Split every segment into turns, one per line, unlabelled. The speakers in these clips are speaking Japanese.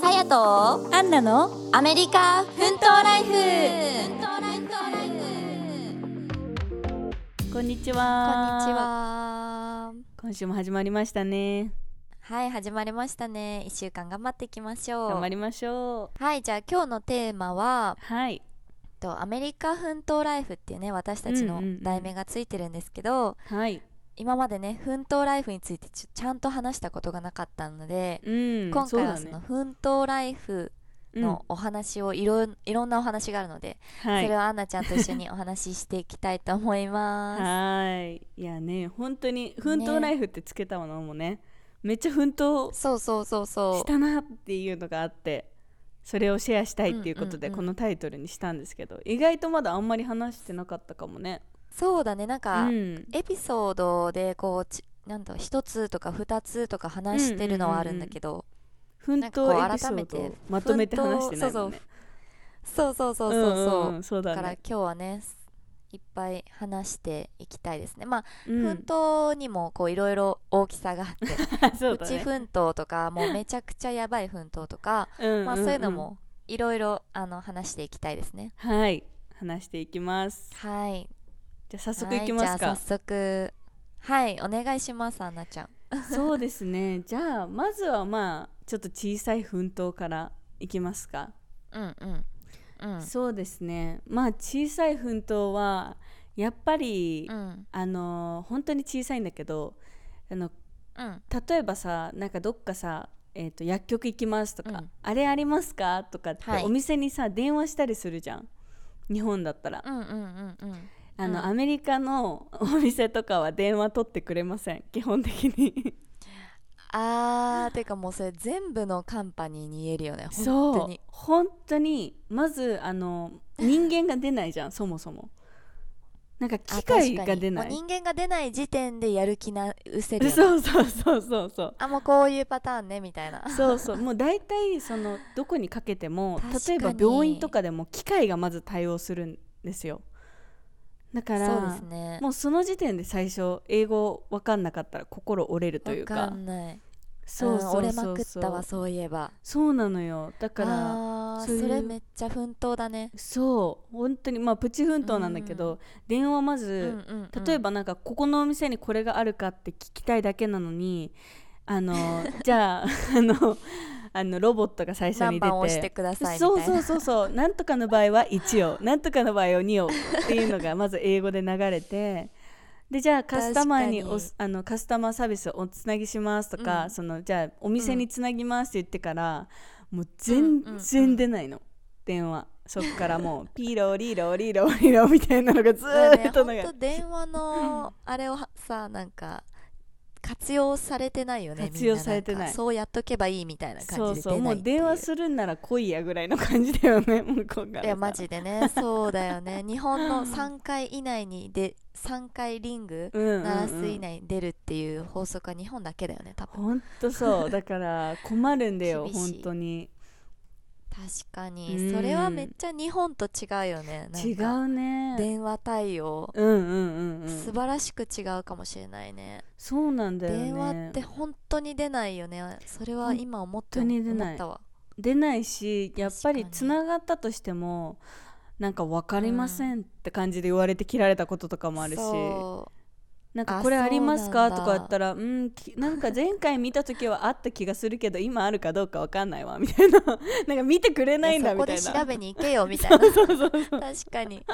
さやと
アンナの
アメリカ奮闘ライフ
こんにち
こんに
は
ちは
今週も始まりましたね
はい始まりましたね一週間頑張っていきましょう
頑張りましょう
はいじゃあ今日のテーマは
はい
とアメリカ奮闘ライフっていうね私たちの
うんうんうん
題名がついてるんですけど、
はい
今までね奮闘ライフについてちょちゃんと話したことがなかったので、
うん
今回はそ
そ
う
だ
の
ね
奮闘ライフのお話をいろ,、いろんなお話があるので、
うんは
それ
い
をアンナちゃんと一緒にお話ししていきたいと思いま
はいいやね本当に奮闘ライフってつけたものもねめっちゃ奮闘
す。そうそうそう
し
そ
たなっていうのがあってそれをシェアしたいっていうことで
うんうんうん
このタイトルにしたんですけど、意外とまだあんまり話してなかったかもね
う。そうだね、なんか、
うん
エピソードでこうち、なんだろう一つとか二つとか話してるのはあるんだけど、
奮闘
なんかこう
エピソ
改め
ー
て
ドをまとめて話してないもんね
そうそうそうそうそう。
んんんそう
だ
だ
から
ね
今日はね、いっぱい話していきたいですね。まあ、
うん
奮闘にもこういろいろ大きさがあって、
そう
プ
だ
チ
ね
奮闘とか、もうめちゃくちゃやばい奮闘とか、まあそういうのもいろいろあの話していきたいですね。
うんうんうんはい話していきます
はい。
じゃあ早速いきます
はい、じ
か
ゃあ早速はいお願いしますアンナちゃん
そうですね じゃあまずはまあちょっと小さい奮闘からいきますか
うんうんうん
そうですねまあ小さい奮闘はやっぱり、
うん
あのー本当に小さいんだけどあの
うん
例えばさなんかどっかさ、えー、と薬局行きますとか、
うん
あれありますかとかって
はい
お店にさ電話したりするじゃん日本だったら、
うんうんうんうん
あの
うん
アメリカの お店とかは電話取ってくれません基本的 に
あーてかもうそれ全部のカンパニーに言えるよね本
そ
当
う
に
本当にまずあの人間が出ないじゃんそもそもなんか
あ
機械
確か
が
に
出な
もう
い
人間が出ない時点でやる気なうせるよね
そうそうそうそうそう
あもうこういうパターンねみたいな
そ うそうもう大体そのどこにかけても
確かに
例えば病院とかでも機械がまず対応するんですよだから
そうですね
もうその時点で最初英語わかんなかったら心折れるというか
わかんない
そうそうそうそうん
折れまくったわそういえば
そうなのよだから
あー
そういう
それめっちゃ奮闘だね
そう本当にまあプチ奮闘なんだけど、電話ま
うん
ず、
うんうん
例えばなんかここのお店にこれがあるかって聞きたいだけなのに あのじゃああのあのロボットが最初
何
に出
番押しててくださいみたい
そう
な
そうそうそうなんとかの場合は1をなんとかの場合は2をっていうのがまず英語で流れてでじゃあカスタマーにおすあのカスタマーサービスをおつなぎしますとか、
うん
そのじゃあお店につなぎますって言ってから、もう全然出ないの、電話そっからもう ピロリロリロリロみたいなのがず
だよね
ーっと流れ
ほんと電話のあれをはさなんか活用されてないよね
活用されてない
みんんかそうやっとけばいいみたいな
そ
感
う
じで
そう
出
も
ないう
電話
る
するんなら来いやぐらいの感じだよね向こうから
い
さ
やマジでねそうだよね日本の3回以内にで3回リング
うんうんうん
鳴らす以内に出るっていう法則は日本だけだよね多分
ほんとそうだから困るんだよ
厳しい
本当に
確か
う
に
ん
それはめっちゃ日本と違うよねなん
違
か
うね
電話対応
うんうんうんうん
素晴らしく違うかもしれないね
そうなんだよね
電話って本当に出ないよねそれは今思って
本当に出ない
思ったわ
出ないしやっぱ
確
り
かに
つながったとしてもなんか分かりませんって感じで言われて切られたこととかもあるし、
そ
なん
あ
かこれありますか
そうなんだ
とか言ったらうんきなんか前回見た時はあった気がするけど今あるかどうか分かんないわみたいな なんか見てくれ
う
ないんだ
そ
み
こ
たい
で
な
調べに行けよみ たいな確かに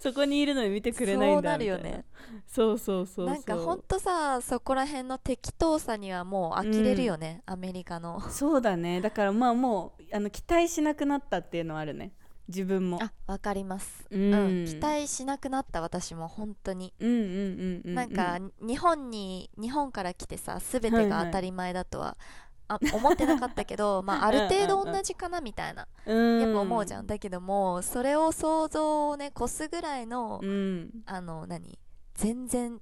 そこにいるのに見て くれないんだみたいな
そうなるよね
そうそうそうそう
なんかほんとさそこら辺の適当さにはもう呆れるよね、アメリカの
そうだねだからまあもうあの期待しなくなったっていうのはあるね自分も
あわかります、う
う
んん期待しなくなった私も本当に
うんうんうんうん、
なんか日本に日本から来てさ全てが当たり前だとは、あ思ってなかったけ どまあある程度同じかなみたいな
うん、
やっぱ思うじゃん、だけどもそれを想像をね越すぐらいの、
うん、
あの何全然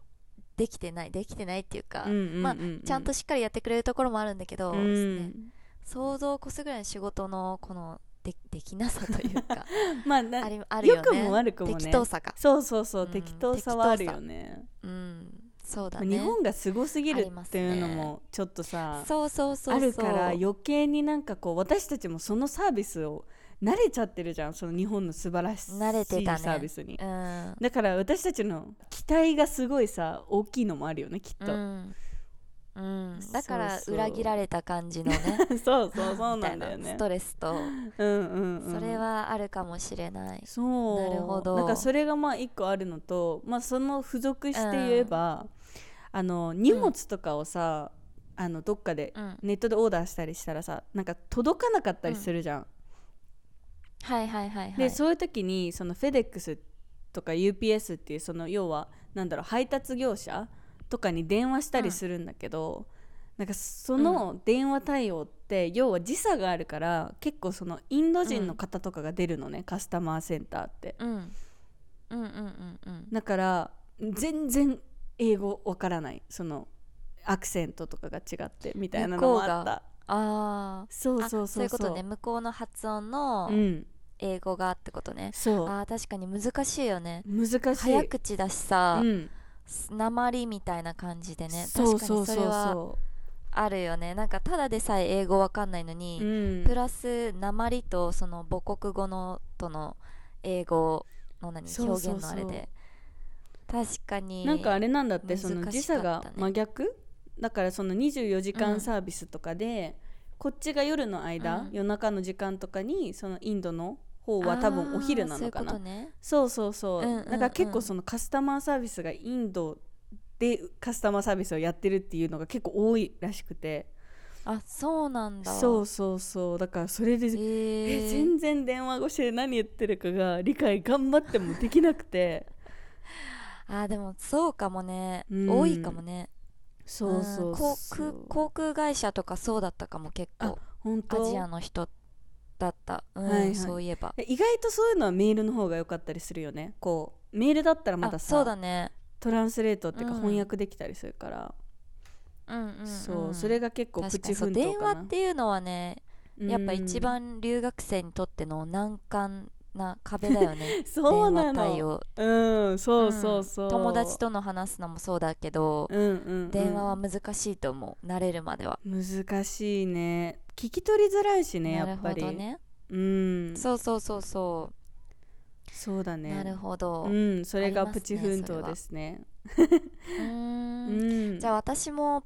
できてないできてないっていうか、
うんうんうんうん
まあちゃんとしっかりやってくれるところもあるんだけど、
うん
ですね想像を越すぐらいの仕事のこのでできなさという か
まあな
ありあるよね
良くも悪くもね
適当さか
そうそうそう、
うん
適当さはあるよね
うんそうだ
まあ
ね
日本がすごすぎ
あ
る
ります
って
ね
いうのもちょっとさ、
そうそうそうそう
あるから余計になんかこう私たちもそのサービスを慣れちゃってるじゃんその日本の素晴らしいサ
慣れてたね
ービスに、
うん
だから私たちの期待がすごいさ大きいのもあるよねきっと、
うんうん、だから
そうそう
裏切られた感じのね
そう そうそう
みた
ないんだよね
ストレスと、
うんうんうん
それはあるかもしれない
そう
なるほど
なんかそれがまあ一個あるのと、まあ、その付属して言えば、あの荷物とかをさ、あのどっかで
うん
ネットでオーダーしたりしたらさなんか届かなかったりするじゃん、
はいはいはいはい
でそういう時にそのフェデックスとか UPS っていうその要はなんだろう配達業者とかに電話したりするんだけど、なんかその電話対応って要は時差があるから結構そのインド人の方とかが出るのね、カスタマーセンターって。
うん、うんうんうんうん
だから全然英語わからないそのアクセントとかが違ってみたいなの
向こ
もあっ
うが
た
あー
そう
あ
そうそう
いうことね向こうの発音の
うん
英語がってことね、
そう
あー確かに難しいよね
難しい
早口だしさ
う、ん
鉛みたいな感じでね
そ
確
うそう
か
そう
にそれは
そ
あるよねなんかただでさえ英語わかんないのに
う、うん
プラス鉛とその母国語のとの英語の何
そうそうそう
表現のあれで確かに
なんかあれなんだって
難し
そ
かったね
の時差が真逆だからその24時間サービスとかで、こっちが夜の間、
うん
夜中の時間とかにそのインドの方は多分お昼なのかな
あーそういうことね
そうそうそう,、
うんうんうん
だから結構そのカスタマーサービスがインドでカスタマーサービスをやってるっていうのが結構多いらしくて
あそうなんだ
そうそうそうだからそれで、
えー
え全然電話越しで何言ってるかが理解頑張ってもできなくて
あーでもそうかもね、
うん
多いかもね
そうそう
航
そ
空
う
航空会社とかそうだったかも結構
本
ア
当
ジアの人だった、うん
はいはい
そういえば
で意外とそういうのはメールの方が良かったりするよねこうメールだったらま
あ
ださ
そうだね
トランスレートっていうか
うん
翻訳できたりするから、
うんうん、うん、
そうそれが結構プ
確か
チ
にそ
奮
う
闘
電
かな
話っていうのはねやっぱ一
うん
番留学生にとっての難関な壁だよね
そうな
電話対
の
応
うん、そう
うん
そうそう、
友達、との話すのもそうだけど、
うんうんうん
電話は難しいと思う慣れるまでは、
難しいね聞き取りづらいし
な
ねや
る
っぱ
ほ
り
どね
うんそ
そうそうそうそう
だ
う、
ね
なるほど、
う
うん
それ
あ
が
ります
プ
ね
チ奮闘ですねう
ーん
ん
じゃあ私も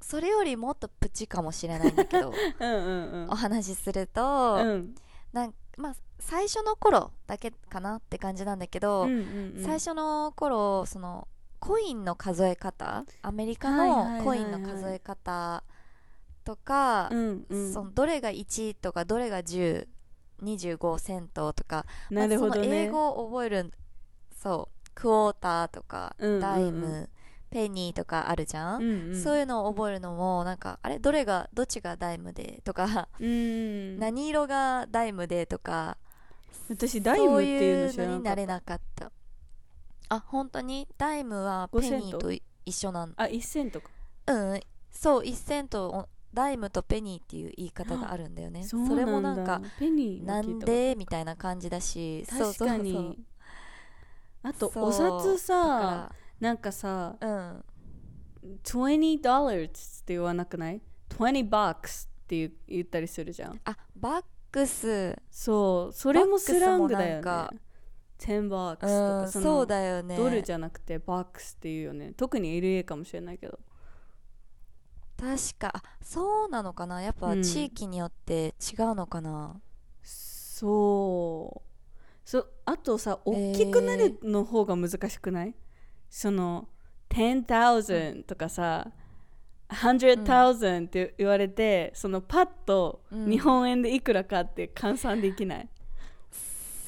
それよりもっとプチかもしれないんだけど
うんうんうん
お話しすると、
うん
なんまあ最初の頃だけかなって感じなんだけど、
うんうんうん
最初の頃そのコインの数え方アメリカ
はいはいはいは
の
い
コインの数え方とか、
うんうん
そのどれが1とかどれが1025セントとか、ま
な
あ
るほど
その
ね
英語を覚えるそうクォーターとか、
うんうんうん
ダイムペニーとかあるじゃん、
うんうん
そういうのを覚えるのもなんかあれどれがどっちがダイムでとか、
うん
何色がダイムでとか
私ダイムっていうの知
そう
ら
いうの
な
にな
かった
れなかったあ本当にダイムは
5
ペニ
セント
ーと一緒なん
あ一銭とか
うんそう1セントをダイムとペニーっていう言い方があるんだよね
そ
そう
なんだ
れもなんか
ペニー
なんでみたいな感じだし
確かに
そうそう
あと
そう
お札
そう
さ
だ
なんかさ
からうん
20 dollars って言わなくない20 bucks って言う言ったりするじゃん
あバックス
そうそれもスラングだよね
バッ
10 bucks と
う
か
んそ
その
うだよね
ドルじゃなくてバックスっていうよね特に LA かもしれないけど
確かあそうなのかなやっ
う
ぱ
ん
地域によって違うのかな、
そうそあとさ大きくなるの方が難しくない、その10,000とかさ100,000って言われて、そのパッと
うん
日本円でいくらかって換算できない、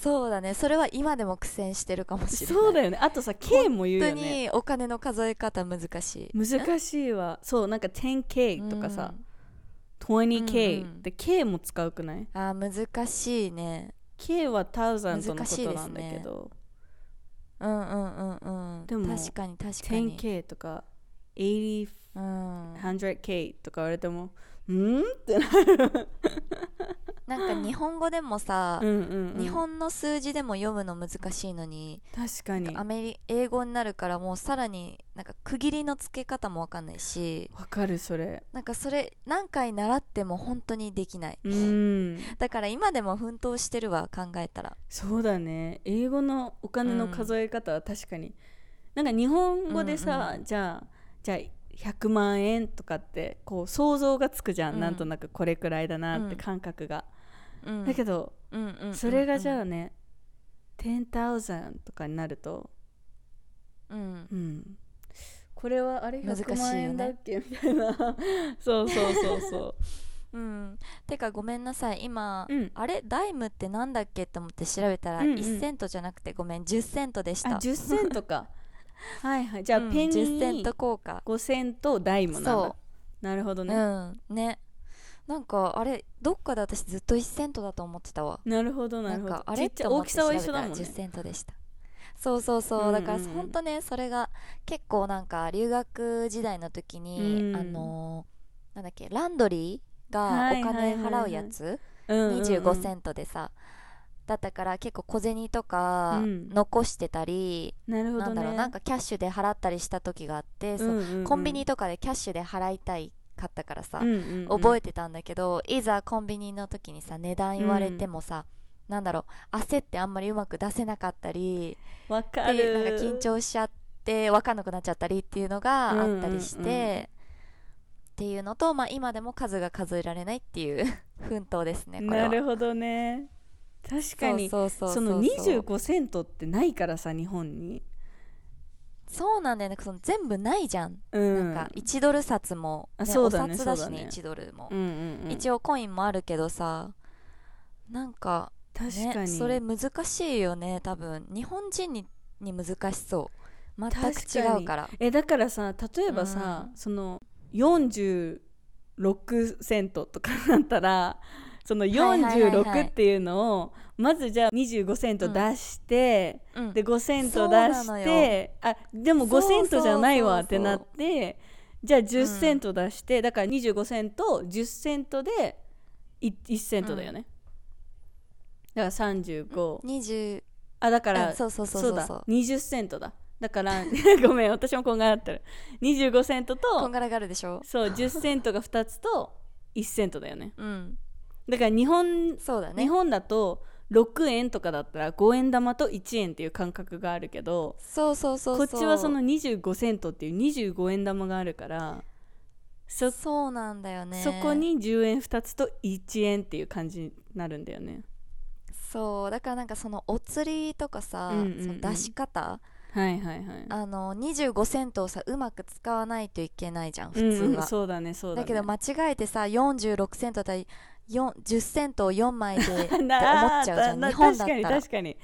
そうだねそれは今でも苦戦してるかもしれない
そうだよねあとさ K も言う
本
よ
当
ね
にお金の数え方難しい
難しいわそうなんか 10K とかさ、20K
うんうん
って K も使うくない
あー難しいね
K は1000と
難
のこ
しい
と
で
な
す
んだ
ね
けど、
うんうんうんうん
でも
確かに確かに、
10K とか80
うん、
100K とか言われても、んってなる。
なんか日本語でもさ
う、んうんうん
日本の数字でも読むの難しいのに、
確かに
ア
わ
メリ英語になるからもうさらになんか区切りのつけ方もわかんないし
かるそれ
なんかそれ何回習っても本当にできない
うん
だから今でも奮闘してるわ考えたら
そうだね英語のお金の数え方は確かに、なんか日本語でさ、じゃあじゃあ100万円とかってこう想像がつくじゃん、
うん
なんとなくこれくらいだなって
うん
感覚が、
うん
だけど、
うんうんうん
それがじゃ
あ
あね10,000とかになると、
うん
うん、これはあれ
難しいよね
100万円だっけ、みたいな そうそうそうそ
うんてかごめんなさい今
う、うん、
あれダイムってなんだっけと思って調べたら
うんうん
1セントじゃなくてごめん10セントでし
あ
た
10セント かはいはいじゃあ
うん
ペンギ
10セン
に
ト効果
5セントダイムなんだ
そ
なるほど
う
ね、
うんねなんかあれどっかで私ずっと1セントだと思ってたわ
なるほどな
なん
るほど
かあ
ち
れ
っちゃ
と思
大
っ
き
て
さ
調
は
べ
一
た
緒だ
ら
もん
10
ね
セントでしたそうそうそう、だから
うんうんうん
本当ねそれが結構なんか留学時代の時に、
うん
あのーなんだっけランドリーが
はい
お
はい
金
はいは
払
いう
やつ、
25
25セントでさだったから結構小銭とか
うん
残してたり、
なるほ
な
ど
んだろう
ね
なんかキャッシュで払ったりした時があって、そうコンビニとかでキャッシュで払いたいかったからさ、覚え
て
てたんだけどいざコンビニの時にさ値段言われてもさ、なんだろう焦ってあんまりうまく出せなかったり
わか
で
る
なんか緊張しちゃって分かんなくなっちゃったりっていうのがあったりして、
うんうんうん
っていうのと、まあ、今でも数が数えられないっていう 奮闘ですねこれは
なるほどね確かに
そうそうそう
そ
そう
の25セントってないからさ日本に
そうなんだよねその全部ないじゃん、
うん
なんか1ドル札も、
あそうだね
お札だし
そうだ
ね
ね
1ドルも、
うんうんうん
一応コインもあるけどさなんか
確か
ね、
に
それ難しいよね多分日本人にに難しそう全く
確かに
違うから
えだからさ例えばさ、その46セントとかだったらその
いはいはいはい
46っていうのをまずじゃあ25セント出して、
うん
で5セン
そ
ト
う
出
なの
してあでも5セントじゃないわっ
そうそうそうそう
てなってじゃあ10セント出して、だから25セント10セントで 1, セントだよね、だから35
20
あだ
か
か、
らそうそうそうそ
そ
うう
だ
そう
20セントだだから ごめん私もこんがらってる25セント
こん
と
がらがるでしょ
そう10セントが2つと1セントだよね
うん
だから日本
そうだ
日
ね
本だと6円とかだったら5円玉と1円っていう感覚があるけど
そうそうそうそう
こっちはその25セントっていう25円玉があるからそ,、
そうなんだよね
そこに10円2つと1円っていう感じになるんだよね
そうだからなんかそのお釣りとかさ、
うんうんうん
その出し方
はいはいはい
あの25セントをさうまく使わないといけないじゃん普通は、
うんうん、そうだねそう
だ
だね
けど間違えてさ46セントだったら10セントを4枚でって思っちゃ
な
うじゃん
な
日本だっ
確
た
からに確かに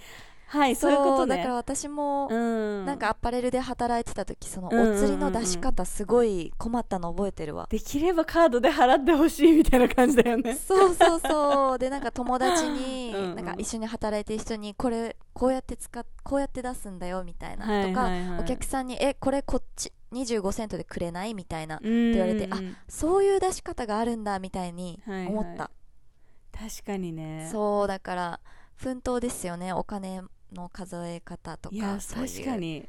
はいそういうことね
だから私も、
うん
なんかアパレルで働いてた時そのお
うんうんうんうん
釣りの出し方すごい困ったの覚えてるわ、
できればカードで払ってほしいみたいな感じだよ ね
そうそうそうでなんか友達に
うんうん
なんか一緒に働いてる人にこれこうやって使っこうやって出すんだよみたいな、
はいはいはい
とかお客さんに「えこれこっち25セントでくれない?」みたいな、
言
言われてあそういう出し方があるんだみたいに
はいはい
思った、
確かにね
そうだから奮闘ですよねお金の数え方とか
いや
そういう
確かに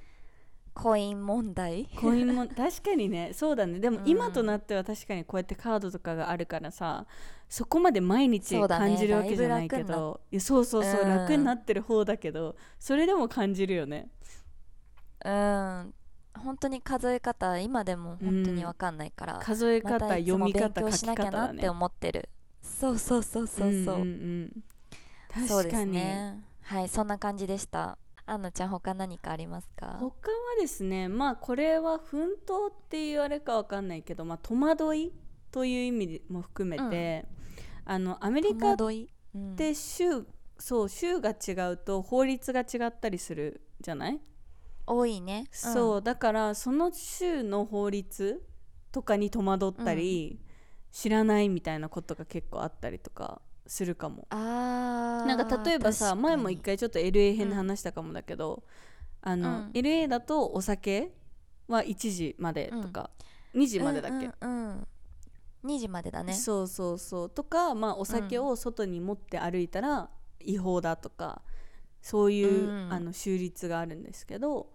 コイン問題
コイ ンも確かにねそうだねでも
うん
今となっては確かにこうやってカードとかがあるからさそこまで毎日
そうだね
感じるわけじゃないけ
だいぶ楽にな
どいやそうそうそう
うん
楽になってる方だけどそれでも感じるよね
うん本当に数え方今でも本当に分かんないから、
数え
ま
方
たいつ
読
も
み
勉
方
強
書
し
き
なき
方
ゃな
だ
っ
ね
て思ってる、そうそうそうそうそう、
んんうん
そう
確
で
か
す
に
ねはいそんな感じでしたアンナちゃん他何かありますか
他はですねまあこれは奮闘っていうあれかわかんないけど、まあ、戸惑いという意味も含めて、あのアメリ
戸
カっ
惑い、うん、
て州そう州が違うと法律が違ったりするじゃない、
多いね、うん
そうだからその州の法律とかに戸惑ったり、知らないみたいなことが結構あったりとかするかも。
あー
なんか例えばさ
確かに
前も一回ちょっと LA 編で話したかもだけど、あの
うん
LA だとお酒は1時までとか、2時までだっけ、
うんうんうん2時までだね
そうそうそうとか、まあ、お酒を外に持って歩いたら違法だとかそういう、
うん
あの州律があるんですけど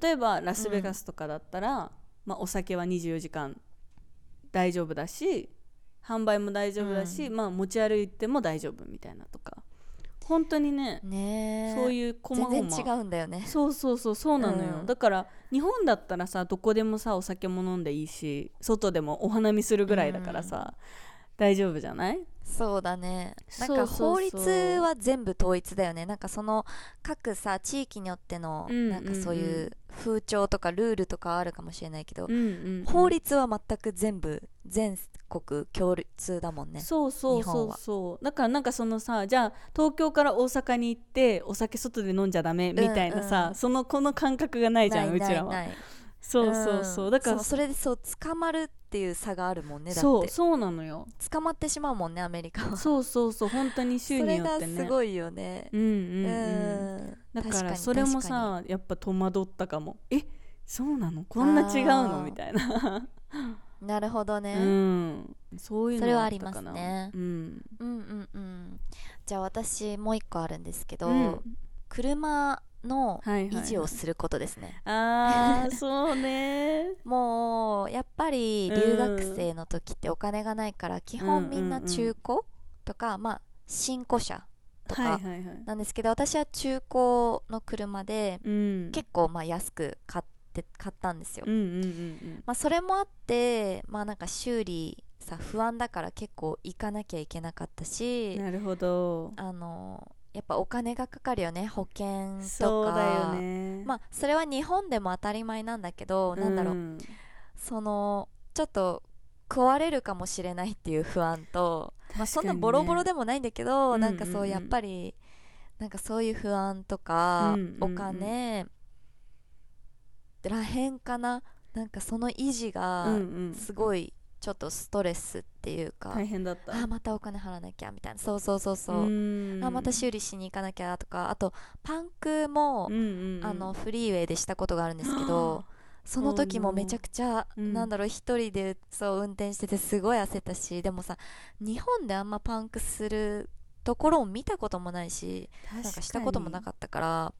例えばラスベガスとかだったら、まあ、お酒は24時間大丈夫だし販売も大丈夫だし、まあ、持ち歩いても大丈夫みたいなとか本当にね、
ねえ
そういう細々
全然違うんだよね
そうそうそうそうなのよ、
うん
だから日本だったらさどこでもさお酒も飲んでいいし外でもお花見するぐらいだからさ、大丈夫じゃない
そうだねなん
そ
か
うそうそう
法律は全部統一だよねなんかその各さ地域によっての
うん
なんかそう
うん
いうう風潮とかルールとかあるかもしれないけど
うんうん
法律は全く全部全国共通だもんね
そうそう
日
そ
本
う
は
そうだからなんかそのさじゃあ東京から大阪に行ってお酒外で飲んじゃダメみたいなさ、
うんうん
そのこの感覚がないじゃん
ないう
ち
ない
らは
ない
そうそうそう、
ん
だから
そうそれでそう捕まるっていう差があるもんねだっ
そう
て
そうなのよ
捕まってしまうもんねアメリカは
そうそうそう本当に
そ
州に
れ
よっ
が
てね
すごいよね
うんうん
う
うん
ん
だか
確
ら
に
それも
確か
さやっぱ戸惑ったかもえそうなのこんな違うの
あー
みたいな、
になるほどね、
うんそういうの
それはあ
ったかな
りますね
うん
うんうんうんじゃあ私もう一個あるんですけど、
うん
車の
はいはい
維持をすることですね、
あーそうね
もうやっぱり留学生の時ってお金がないから基本みんな中古とか、まあ新古車 と
はいは
か
いはい
なんですけど私は中古の車で
うん
結構まあ安く買って買ったんですよ、
うんうんうん
まあ、それもあってまあなんか修理さ不安だから結構行かなきゃいけなかった
う
し
んなるほど
あのやっぱお金がかかるよね保険とか
そうだよね
まあそれは日本でも当たり前なんだけど、なんだろう
うん
そのちょっと壊れるかもしれないっていう不安と、まあ、そんなボロボロでもないんだけど、
うんうんう
なんんかそうやっぱりなんかそういう不安とか、
うんうんうん
お金らへんかななんかその維持が
うんうん
すごいちょっとストレスっていうか、
大変だった
あーまたお金払わなきゃみたいなそうそうそうそう、
ん
あーまた修理しに行かなきゃとかあとパンクも、
うんうんうん
あのフリーウェイでしたことがあるんですけどその時もめちゃくちゃ、
Oh no うん
なんだろう一人でそう運転しててすごい焦ったしでもさ日本であんまパンクするところを見たこともないしなんかしたこともな
っ
かったから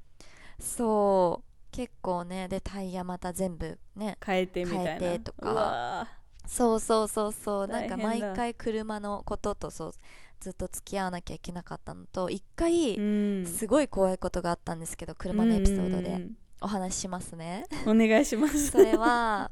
そう結構ねでタイヤまた全部ね
た変えてみたいな
変えてとか
うわ
そうそうそうそうな
大
ん
変
か
だ
毎回車のこととそうずっと付き合わなきゃいけなかったのと一回
ーうん
すごい怖いことがあったんですけど車のエピソード
うんう
で
ん
お話ししますね。
うんお願いします
それは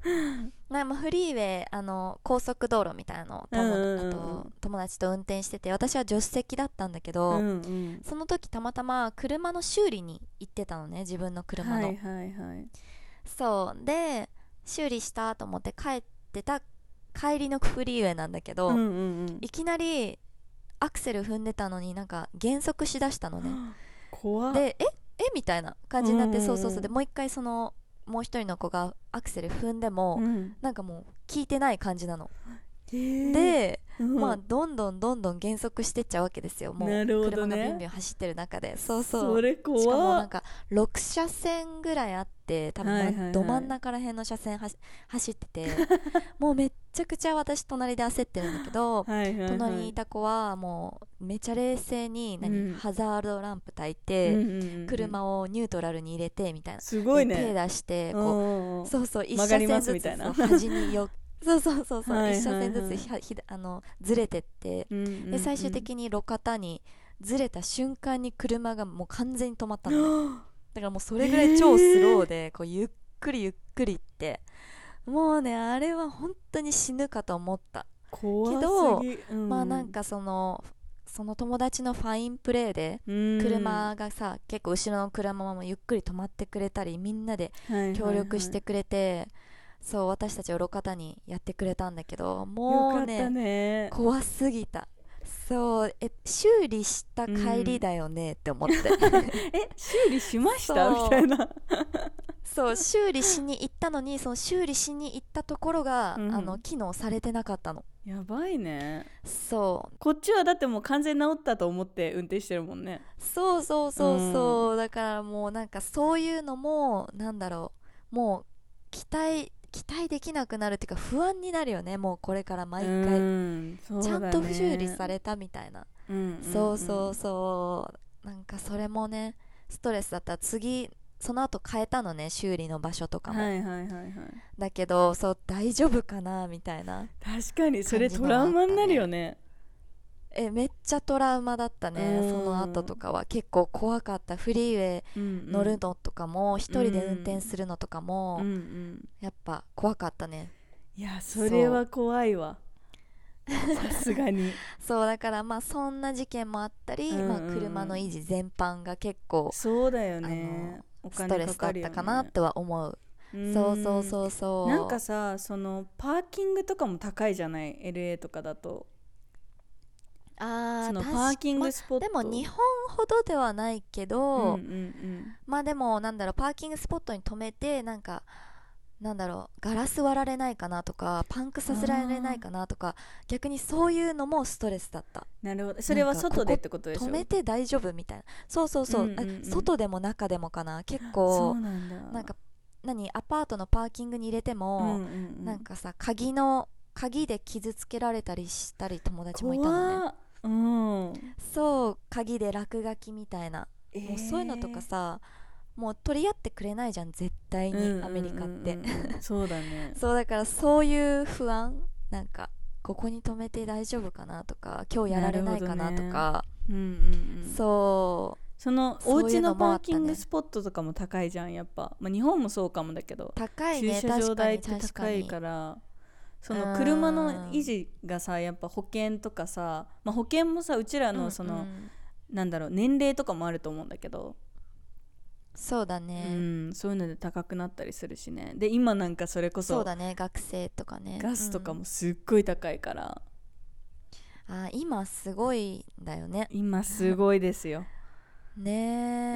なまあフリーウェイあの高速道路みたいなのを友,、
うんうんうん
あと友達と運転してて私は助手席だったんだけど、
うんうん
その時たまたま車の修理に行ってたのね自分の車の、
はいはいはい
そうで修理したと思って帰ってた帰りのフリーウェイなんだけど、
うんうんうん
いきなりアクセル踏んでたのになんか減速しだしたのね
怖っ
でええみたいな感じになって、
うんうんう
そ
ん
うそうそうでもう一回そのもう一人の子がアクセル踏んでも、
うん
なんかもう聞いてない感じなの、
へー
で、
うん
まあどんどんどんどん減速してっちゃうわけですよもう
なるほど
車
ね
がビュンビュン走ってる中でそうそう
それ
しかも
怖
なん
っ
か6車線ぐらいあって多分、
はいはいはい
ど真ん中ら辺の車線はし走って てもうめっちゃくちゃ私隣で焦ってるんだけど
はいはいはい
隣にいた子はもうめちゃ冷静に何、
うん
ハザードランプ焚い
うん
て、
うんうん
車をニュートラルに入れてみたいな
すごい
で手
ね
出してこう、
こ
そうそう一車
曲がりま
線
す
ず
み
つそ
たいな
う端に よそうそうそうそう、
はいはいはい
一車線ずつひはひだあのずれてって、
うんうんうん
で最終的に路肩にずれた瞬間に車がもう完全に止まったのね、だからもうそれぐらい超スローで、こうゆっくりゆっくりってもうねあれは本当に死ぬかと思った、
怖すぎうん
まあなんかそのその友達のファインプレーで
うん
車がさ、結構後ろの車もゆっくり止まってくれたりみんなで
はいはい
協力してくれて、そう私たちを路肩にやってくれたんだけども
よか
う
った
ね
ね
怖すぎたそうえ修理した帰りだよねって思って、
え修理しました
そう
みたいな
そう修理しに行ったのにその修理しに行ったところが、
うん
あの機能されてなかったの
やばいね
そう
こっちはだってもう完全に治ったと思って運転してるもんね
そうそうそうそう、だからもうなんかそういうのもなんだろうもう期待期待できなくなるっていうか不安になるよねもうこれから毎回、
うんそう
ち
だ
ゃ
ね
んと不修理されたみたいな、
うんうんうん
そうそうそうなんかそれもねストレスだったら次その後変えたのね修理の場所とかも、
はいはいはいはい
だけどそう大丈夫かなみたいな
確かにそれ
感
ト
じのは
ラ
あったね
ウマになるよね
えめっちゃトラウマだったね、
うん
その後とかは結構怖かったフリーウェイ乗るのとかも一、人で運転するのとかも、
うんうん
やっぱ怖かったね
いやそれは怖いわさすがに
そうだからまあそんな事件もあったり、
うんうんうん
まあ、車の維持全般が結構
そうだよねお
スト
金
レ
か
スだ
か
っ
るよ
た
ね
かなとは思う、
うん
そうそうそうそう
なんかさそのパーキングとかも高いじゃない LA とかだと
あ
そのパ
確
ーキングスポット、
まあでも日本ほどではないけど、
うんうん
まあでもなんだろうパーキングスポットに止めてなんかなんだろうガラス割られないかなとかパンクさせられないかなとか逆にそういうのもストレスだった
うん、なるほどそれは
なんか
外でってことでしょ
止めて大丈夫みたいなそうそうそう,、
うんうんうん
え外でも中でもかな結
そう
構
なんだ
なんか何アパートのパーキングに入れて
うん
も、
うんうん
なんかさ鍵の鍵で傷つけられたりしたり友達もいたのね
怖っうん
そう鍵で落書きみたいな
えー
もうそういうのとかさもう取り合ってくれないじゃん絶対にアメリカっ
う
て
んうんうんうんそうだね
そうだからそういう不安なんかここに止めて大丈夫かなとか今日やられないかなとか
うんうんうん
そ
そのお
そういう
家の
のも
パ
あ
ー
っ
キ
たね
ングスポットとかも高いじゃんやっぱ、まあ、日本もそうかもだけど
う高い
駐
ね
車場
確か
代っ
に
て
確か
高い
に
からそ
うん
の車の維持がさやっぱ保険とかさ、まあ、保険もさうちら
うんう
の
ん
その、なんだろう年齢とかもあると思うんだけど、
そうだね、
うん、そういうので高くなったりするしねで今なんかそれこそ
そうだね学生とかね
ガスとか
うん
もすっごい高いから、
あー今すごいんだよね
今すごいですよ、
ね
う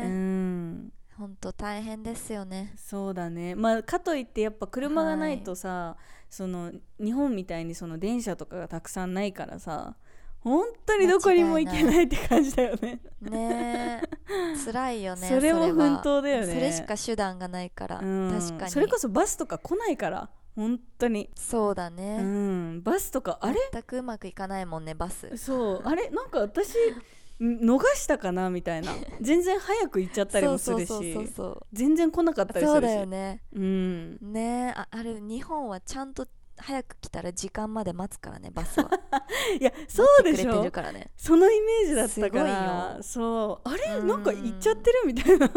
え、
ん、
ほんと大変ですよね
そうだねまあかといってやっぱ車がないとさ、その日本みたいにその電車とかがたくさんないからさ本当にどこにも行けないって感じだよね
ね え辛いよね
それも
は
奮闘だよね
それしか手段がないから、
うん
確かに
それこそバスとか来ないから本当に
そうだ
う
ね、
んバスとか あれ
全くうまくいかないもんねバス
そうあれなんか私ん逃したかなみたいな全然早く行っちゃったりもする
そうそうそう
し
そう
全然来なかったりするし
そうだよね
うん
ねえああれ日本はちゃんと早く来たら時間まで待つからねバスは
いやそう
来
で
て
し
くれてる
ょ
からね
そのイメージだったか
すごい
ら
よ
そうあれ
うん
なんか行っちゃってるみ たいな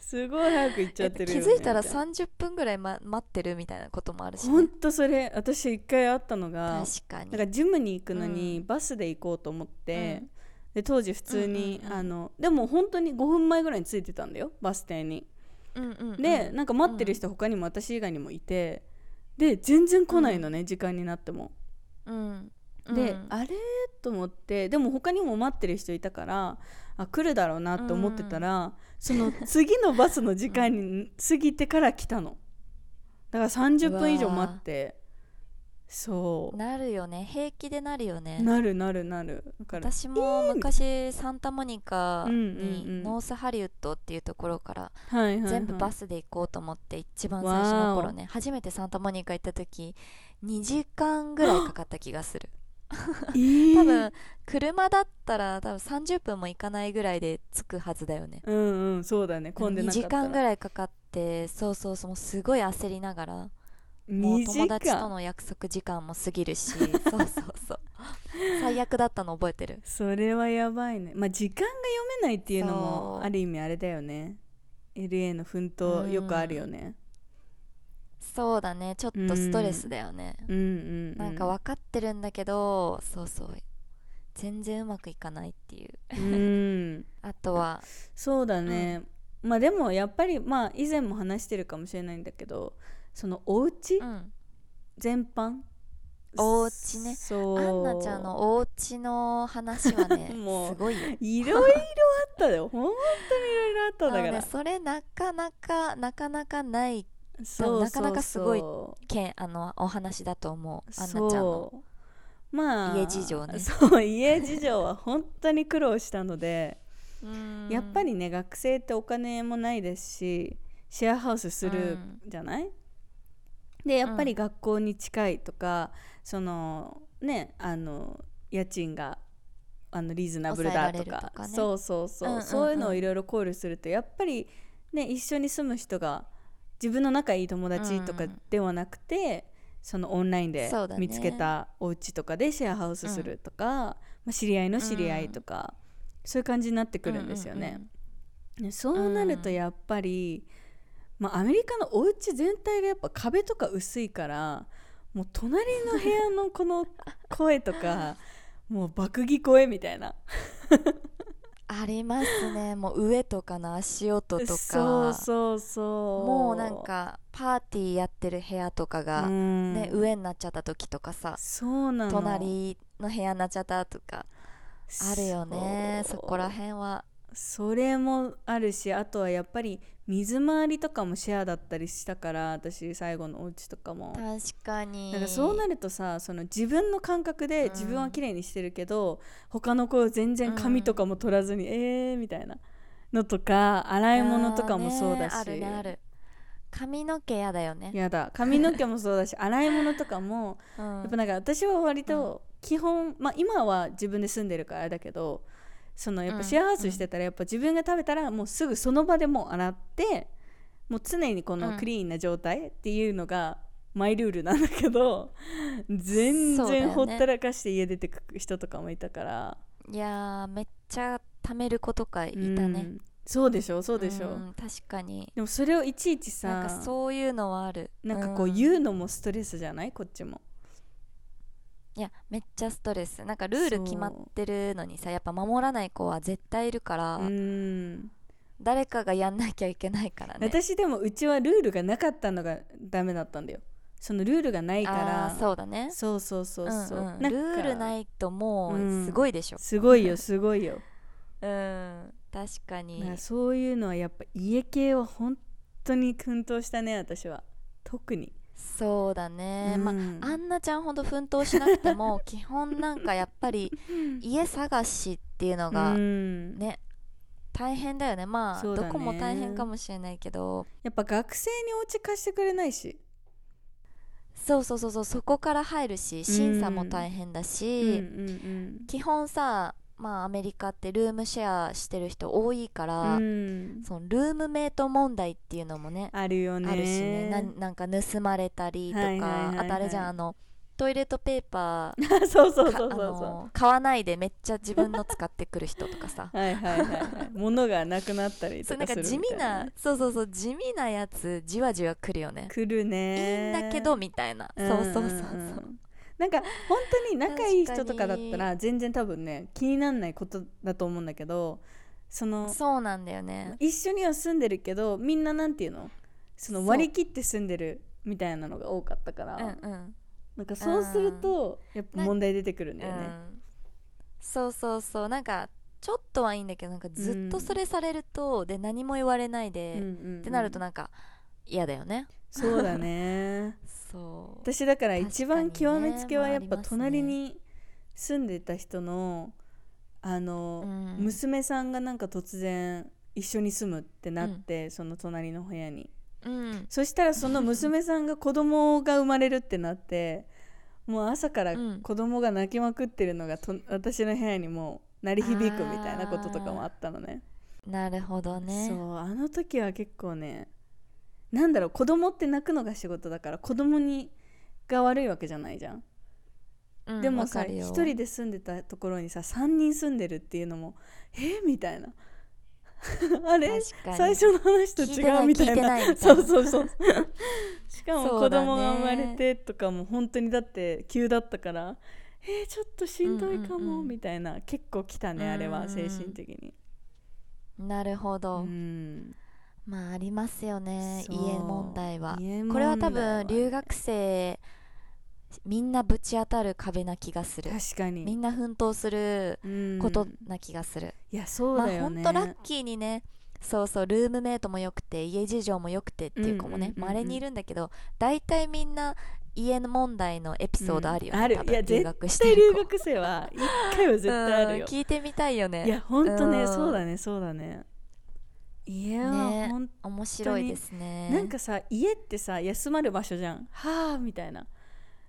すごい早く行っちゃってる
気
よね
づいたら
みな
30分ぐらい、ま、待ってるみたいなこともあるし、
ほん
ね、
とそれ私一回あったのが
確かに
なんかジムに行くのに
う
バスで行こうと思って、
うん
で当時普通に、
うんうんうん
あのでも本当に5分前ぐらいに着いてたんだよバス停に。
うんうんうん
で、なんか待ってる人他にも私以外にもいてで全然来ないのね、時間になっても。
うんうん
で、あれと思ってでも他にも待ってる人いたからあ来るだろうなと思ってたら、その次のバスの時間に過ぎてから来たのだから30分以上待ってそう
なるよね平気でなるよね
なるなるなるだから
私も昔サンタモニカ
うんうんう
に
ん
ノースハリウッドっていうところから
はいはいはい
全部バスで行こうと思って一番最初の頃ね初めてサンタモニカ行った時2時間ぐらいかかった気がする
えー
多分車だったら多分30分も行かないぐらいで着くはずだよね
うんうんそうだね混んで
2
なかっ
時
た
間ぐ
い
らいかかってそうそうそうもうすごい焦りながらもう
2
友
時
達と
間
の約束時間も過ぎるしそうそうそう最悪だったの覚えてる
それはやばいねまあ時間が読めないっていうのも
そう
ある意味あれだよね LA の奮闘よくあるよね
そうだねちょっとストレスだよね、
うんうん、うん、
なんか分かってるんだけどそうそう全然うまくいかないっていう
うん
あとは
そうだね、まあでもやっぱりまあ以前も話してるかもしれないんだけどそのお家
うん
全般
お家ねア
そう
ンナちゃんのお家の話はね
もう
すごいよ
いろいろあったよ 本当にいろいろあったんだか
あの
ら
ね、それなかなかなかなかない
そうそうそう
なかなかすごいけんあのお話だと思うアンナちゃんの
そうまあ
家事情ね
そう家事情は本当に苦労したので
うん
やっぱりね学生ってお金もないですしシェアハウスす
う
る
ん
じゃない、でやっぱり学校に近いとか、そのねあの家賃があのリーズナブルだと
抑えられ
か
るとかね
そうそうそう,、
うんうんうん
そういうのをいろいろ考慮するとやっぱりね一緒に住む人が自分の仲いい友達とかではなくて、そのオンラインで
そうだね
見つけたお家とかでシェアハウスするとか、まあ、知り合いの知り合いとか、そういう感じになってくるんですよね。
うんうんうん
ねそうなるとやっぱり、まあ、アメリカのお家全体がやっぱ壁とか薄いからもう隣の部 屋のこの声とかもう爆撃声みたいな
あります ねもう上とかの足音とか
そうそうそう
もうなんかパーティーやってる部屋とかが、
うん
ね上になっちゃった時とかさ
そうなの
隣の部屋になっちゃったとかあるよね
そ
そうこら辺は
それもあるしあとはやっぱり水回りとかもシェアだったりしたから私最後のお家とかも
確かに
なんかそうなるとさその自分の感覚で
うん
自分は綺麗にしてるけど、他の子は全然髪とかも取らずに、えーみたいなのとか洗い物とかもそうだし
いやーねあるねある髪の毛やだよね
やだ髪の毛もそうだし洗い物とかも
うん
やっぱなんか私は割と基本、まあ今は自分で住んでるからあれだけどそのやっ
う
ぱ
ん
シェアハウスしてたらやっぱ自分が食べたらもうすぐその場でもう洗ってもう常にこ
う
の
ん
クリーンな状態っていうのがマイルールなんだけど全
そうだよ
然
ね
ほったらかして家出てく人とかもいたから
いやーめっちゃ貯める子とかいた
う
ね
んそうでしょそうでしょ
ん確かに
でもそれをいちいち
なん
さ
かそういうのはある
なんかこう言うのもストレスじゃないこっちも
いやめっちゃストレスなんかルール決まってるのにさやっぱ守らない子は絶対いるから、
うん
誰かがやんなきゃいけないからね
私でもうちはルールがなかったのがダメだったんだよそのルールがない
あ
から
ーそうだね
そうそうそうそう
うんうん
なんか
ルールないとも
うん
うすごいでしょ
すご いよすごいよ
うん、確かに
だからそういうのはやっぱ家系は本当に奮闘したね私は特に、
そうだね、
うん
まあアンナちゃんほど奮闘しなくて も基本なんかやっぱり家探しっていうのが
うん
ね、大変だよねまあ
そうだ
ど
ね
こも大変かもしれないけど
やっぱ学生にお家貸してくれないし、
そうそうそうそうそこから入るし審査も大変だ
うん
し、
うんうん
基本さまあアメリカってルームシェアしてる人多いから、
うん
そのルームメイト問題っていうのもね
あるよね
あるしねななんか盗まれたりとか、
はいはいはいはい
あとあれじゃんあのトイレットペーパー
そうそう
か
そうそう
あ
そ
の買わないでめっちゃ自分の使ってくる人とかさ
うはいはいはいはい物がなくなったり
そ
と
うな
か
ん
す
か
るみ
地味
たいな
なそうそうそう地味なやつじわじわ来るよね
来る
い
ね
いんだけどみたいな、そうそうそうそ
んん
うん
なんか本当に仲いい人
確か
と
に
かだったら全然多分ね気にならないことだと思うんだけどその
そうなんだよね
一緒には住んでるけどみんななんていうのその
そう
割り切って住んでるみたいなのが多かったから、
うんうん
なんかそうするとやっぱ問題出てくるんだ
う
よね。
ん、そうそうそうなんかちょっとはいいんだけどなんかずっとそれされると、で何も言われないで、
うん
っ
うんうん
てなるとなんか嫌だよね
そう だね
そう
私だから一番
確か
極
にね
めつけはやっ
ま
ぱ
あありますね
隣に住んでた人のあの、
うん
娘さんがなんか突然一緒に住むってなって、その隣の部屋に
うん
そしたらその娘さんが子供が生まれるってなってもう朝から
うん
子供が泣きまくってるのがと私の部屋にもう鳴り響くみたいなこととかもあったのね
なるほどね
そうあの時は結構ねなんだろう子供って泣くのが仕事だから子供にが悪いわけじゃないじゃん
うん
でも
わ
さ
かるよ
一人で住んでたところにさ3人住んでるっていうのもえみたいな あれ
確かに
最初の話と違うみた
聞い
い
て
な
ない聞いてないみた
そ
いうな
そ うそうしか
そ
も子
うだね
供が生まれてとかも本当にだって急だったからえーちょっとしんどいか
うんうん
も
うん
みたいな、結構来た
う
ね
ん
あれは精神的に
なるほ
う
ど、
ん
まあありますよね
そう
家問題は
家問題はね
これは多分留学生みんなぶち当たる壁な気がする
確か
み
に
んな奮闘するこ
う
と
ん
な気がする、
いやそう
まあ
だよ
ほ
ね
んとラッキーにねそうそうルームメイトも良くて家事情も良くてっていう子も
うん
ね
うんうんうん
まれにいるんだけど大体みんな家の問題のエピソードあるよね、
うんある
多
いや
分留学して
絶対
る
留
子
学生は1回は絶対あるよ
うん聞いてみたいよね
いやほんとね
うん
そうだねそうだねいや
ね
ー、ほん
面白いですね
なんかさ家ってさ休まる場所じゃんはあみたいな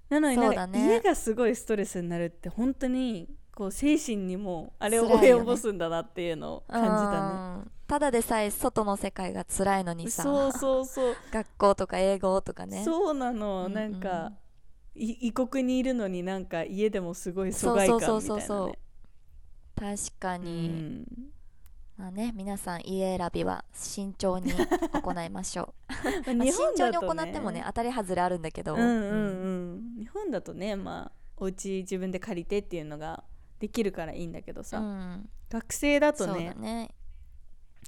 なのに
そ
な
うんだ
か
ね
家がすごいストレスになるって本当にこう精神にもあれを
辛いよね
及ぼすんだなっていうのを感じたね
うんただでさえ外の世界が辛いのにさ
そうそうそう、
学校とか英語とかね
そうな
う
の、
んうん
なんかい異国にいるのになんか家でもすごい
そう
疎外
そう
感
そう
みた
そう
いな
そう
ね
確か
う
に、
ん
まあね皆さん家選びは慎重に行いましょ
まあ
う、まあ
日
慎
本
重
だ
に
と
行ってもね当たり外れあるんだけど、
うんうん
うん
うん日本だとねまあお家自分で借りてっていうのができるからいいんだけどさ、
うん
学生だ
そ
と
うだ
ね
ね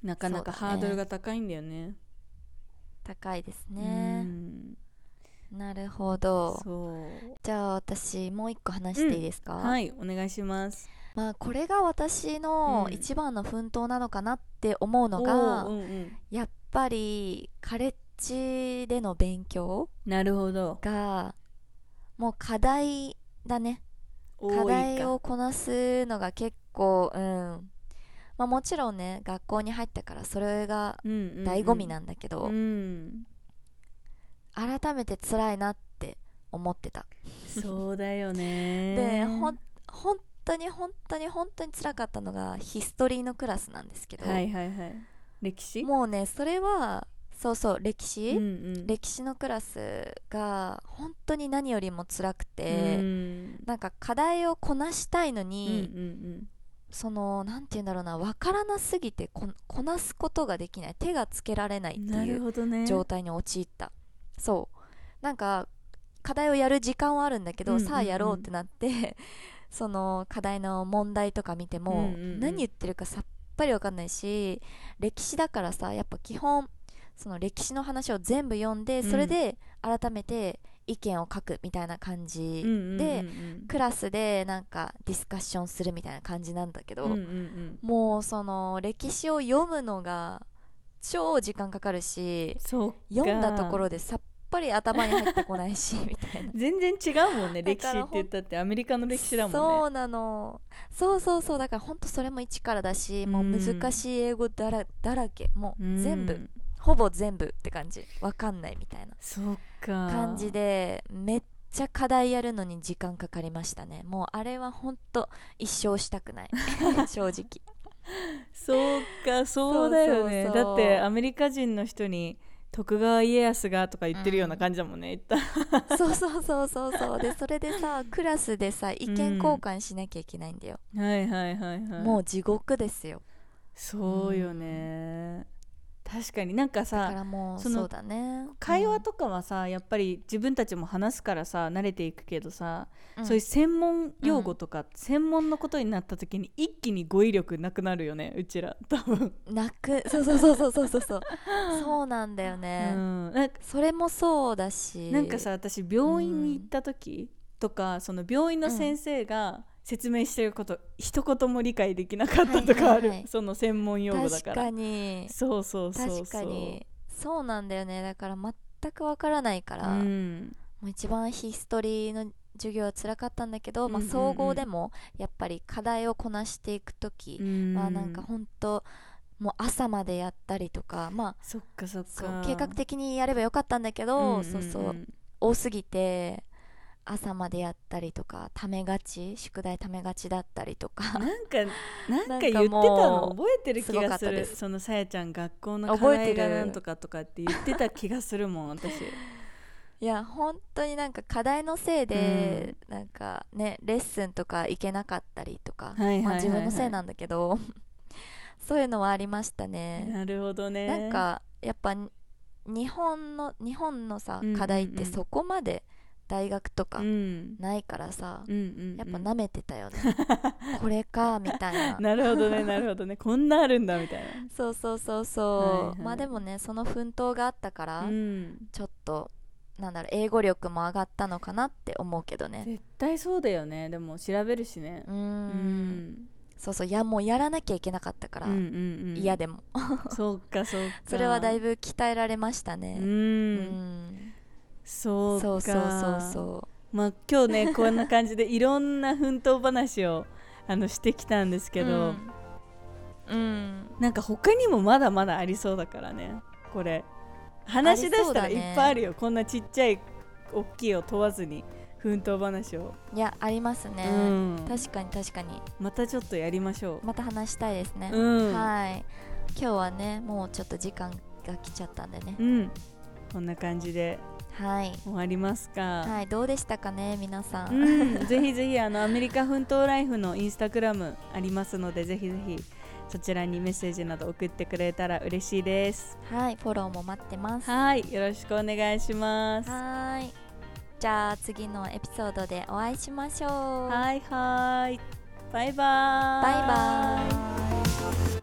なかなか
そうだね
ハードルが高いんだよね。
高いです
う
ね、
ん
なるほど
そう。
じゃあ私もう一個話していいですか、
はい、お願いします。
まあこれが私の
うん
一番の奮闘なのかなって思うのが、
おーうんうん
やっぱりカレッジでの勉強
なるほど。
がもう課題だね課題をこなすのが結構うんまあもちろんね学校に入ったからそれが醍
醍
醐味なんんだけど、
だうん、
改めて辛いなって思ってた、
そうだよね。
でほん本当に本当に本当に辛かったのがヒストリーのクラスなんですけど、
はいはいはい。歴史
もうねそれはそうそう歴
うん
史、
うん
歴史のクラスが本当に何よりも辛くて、
うん
なんか課題をこなしたいの
うんう
に、
ん
そのなんて言うんだろうな分からなすぎてここなすことができない手がつけられないっ
うん
て
ないる
う
ほどね。
状態に陥った、そうなんか課題をやる時間はあるんだけど、
うんうんうん
さあやろうってなって その課題の問題とか見ても、
うんうんうん
何言ってるかさっぱり分かんないし歴史だからさやっぱ基本その歴史の話を全部読んで
うん
それで改めて意見を書くみたいな感じ、
うんうんうんうん
でクラスでなんかディスカッションするみたいな感じなんだけど、
うんうんうん
もうその歴史を読むのが超時間かかるし
そうか
読んだところでさっぱり頭に入ってこないしみたいな
全然違うもんね 歴史って言ったってアメリカ の歴史だ
そ
もんね
うなのそうそうそうだからほんとそれも一からだしもう難しい英語だらだらけもう全部、
うん
ほぼ全部って感じわかんないみたいな
そうか
感じでめっちゃ課題やるのに時間かかりましたねもうあれはほんと一生したく ない正直
そうかそうだよね
そうそうそう
だってアメリカ人の人に徳川家康がとか言ってるような感じだもんね、言った
そうそうそうそうそうでそれでさクラスでさ意見交換しなきゃいけないんだよ、
はいはいはいはい
も
う
う地獄ですよ
そうよね、確かになん
だ
か
か
さ
らもうそ
その
うだね
会話とかはさやっぱり自分たちも話すからさ慣れていくけどさ、
うん
そういう専門用語とか、専門のことになった時に一気に語彙力なくなるよねうちら多分、
泣く そうそうそうそうそうそうそうそうなんだよね、
うん、なんか
それもそうだし
なんかさ私病院に行った時とか、その病院の先生が説明してること、一言も理解できなかったとか
は
ある、
いはいはい
その専門用語だ
確
から
かに
そうそうそうそう
確かにそうなんだよねだから全くわからないから、
う
も
ん、
う一番ヒストリーの授業は辛かったんだけど、まあ、
うんうんうん
総合でもやっぱり課題をこなしていく時
うん
はなんか本当もう朝までやったりとかまあ
そっかそっ
そう
か
計画的にやればよかったんだけど、
うんうんうん
そうそう多すぎて朝までやったりとかためがち宿題ためがちだったりとか
なんかなん
なんか
か言ってた
も
の
う
覚えてる気
すごか
が
っ
す
たで
る
す
そのさやちゃん学校の課
覚えて
題
る
がなんとかとかって言ってた気がす るもん私
いや本当になんか課題のせいで、なんかねレッスンとか行けなかったりとか、
はいはいはいはい
まあ、自分のせいなんだけど そういうのはありましたね。
なるほどね
なんかやっぱに日本の日本のさ
うんうんうん
課題ってそこまで大学とか
うん
ないからさ、
うんうんうん
やっぱ舐めてたよ ねこれかみたいな
なるほどねなるほどねこんなあるんだみたいな
そうそうそうそう、
はいはい
まあでもねその奮闘があったから、
うん
ちょっとなんだろう英語力も上がったのかなって思うけどね
絶対そうだよねでも調べるしね
うーん
うん
そうそういやもうやらなきゃいけなかったから
うんうんうん
嫌、でも
そうかそうか
それはだい
ぶ
ぶ鍛えられました
う
ねうんん
そうか
そうそうそうそう
まあ今日ねこんな感じでいろんな奮闘話をあのしてきたんですけ
う
ど、
んうん
なんか他にもまだまだありそうだからねこれ話し出したら
あり
い
そうだ
っ
ね
ぱいあるよ、こんなちっちゃい大きいを問わずに奮闘話を、
いやありますね、
うん、
確かに確かに
またちょっとやりましょう、
また話したいですね、
うん
はい今日はねもうちょっと時間が来ちゃったんでね
うん、こんな感じで
はい
終わりますか、
はいどうでしたかね皆さ、
うんん、ぜひぜひあのアメリカ奮闘ライフのインスタグラムありますのでぜひぜひそちらにメッセージなど送ってくれたら嬉しいです
はいフォローも待ってますは
はいよろしくお願いします
ーいじゃあ次のエピソードでお会いしましょう
はいはいバイバーイ
バイバーイ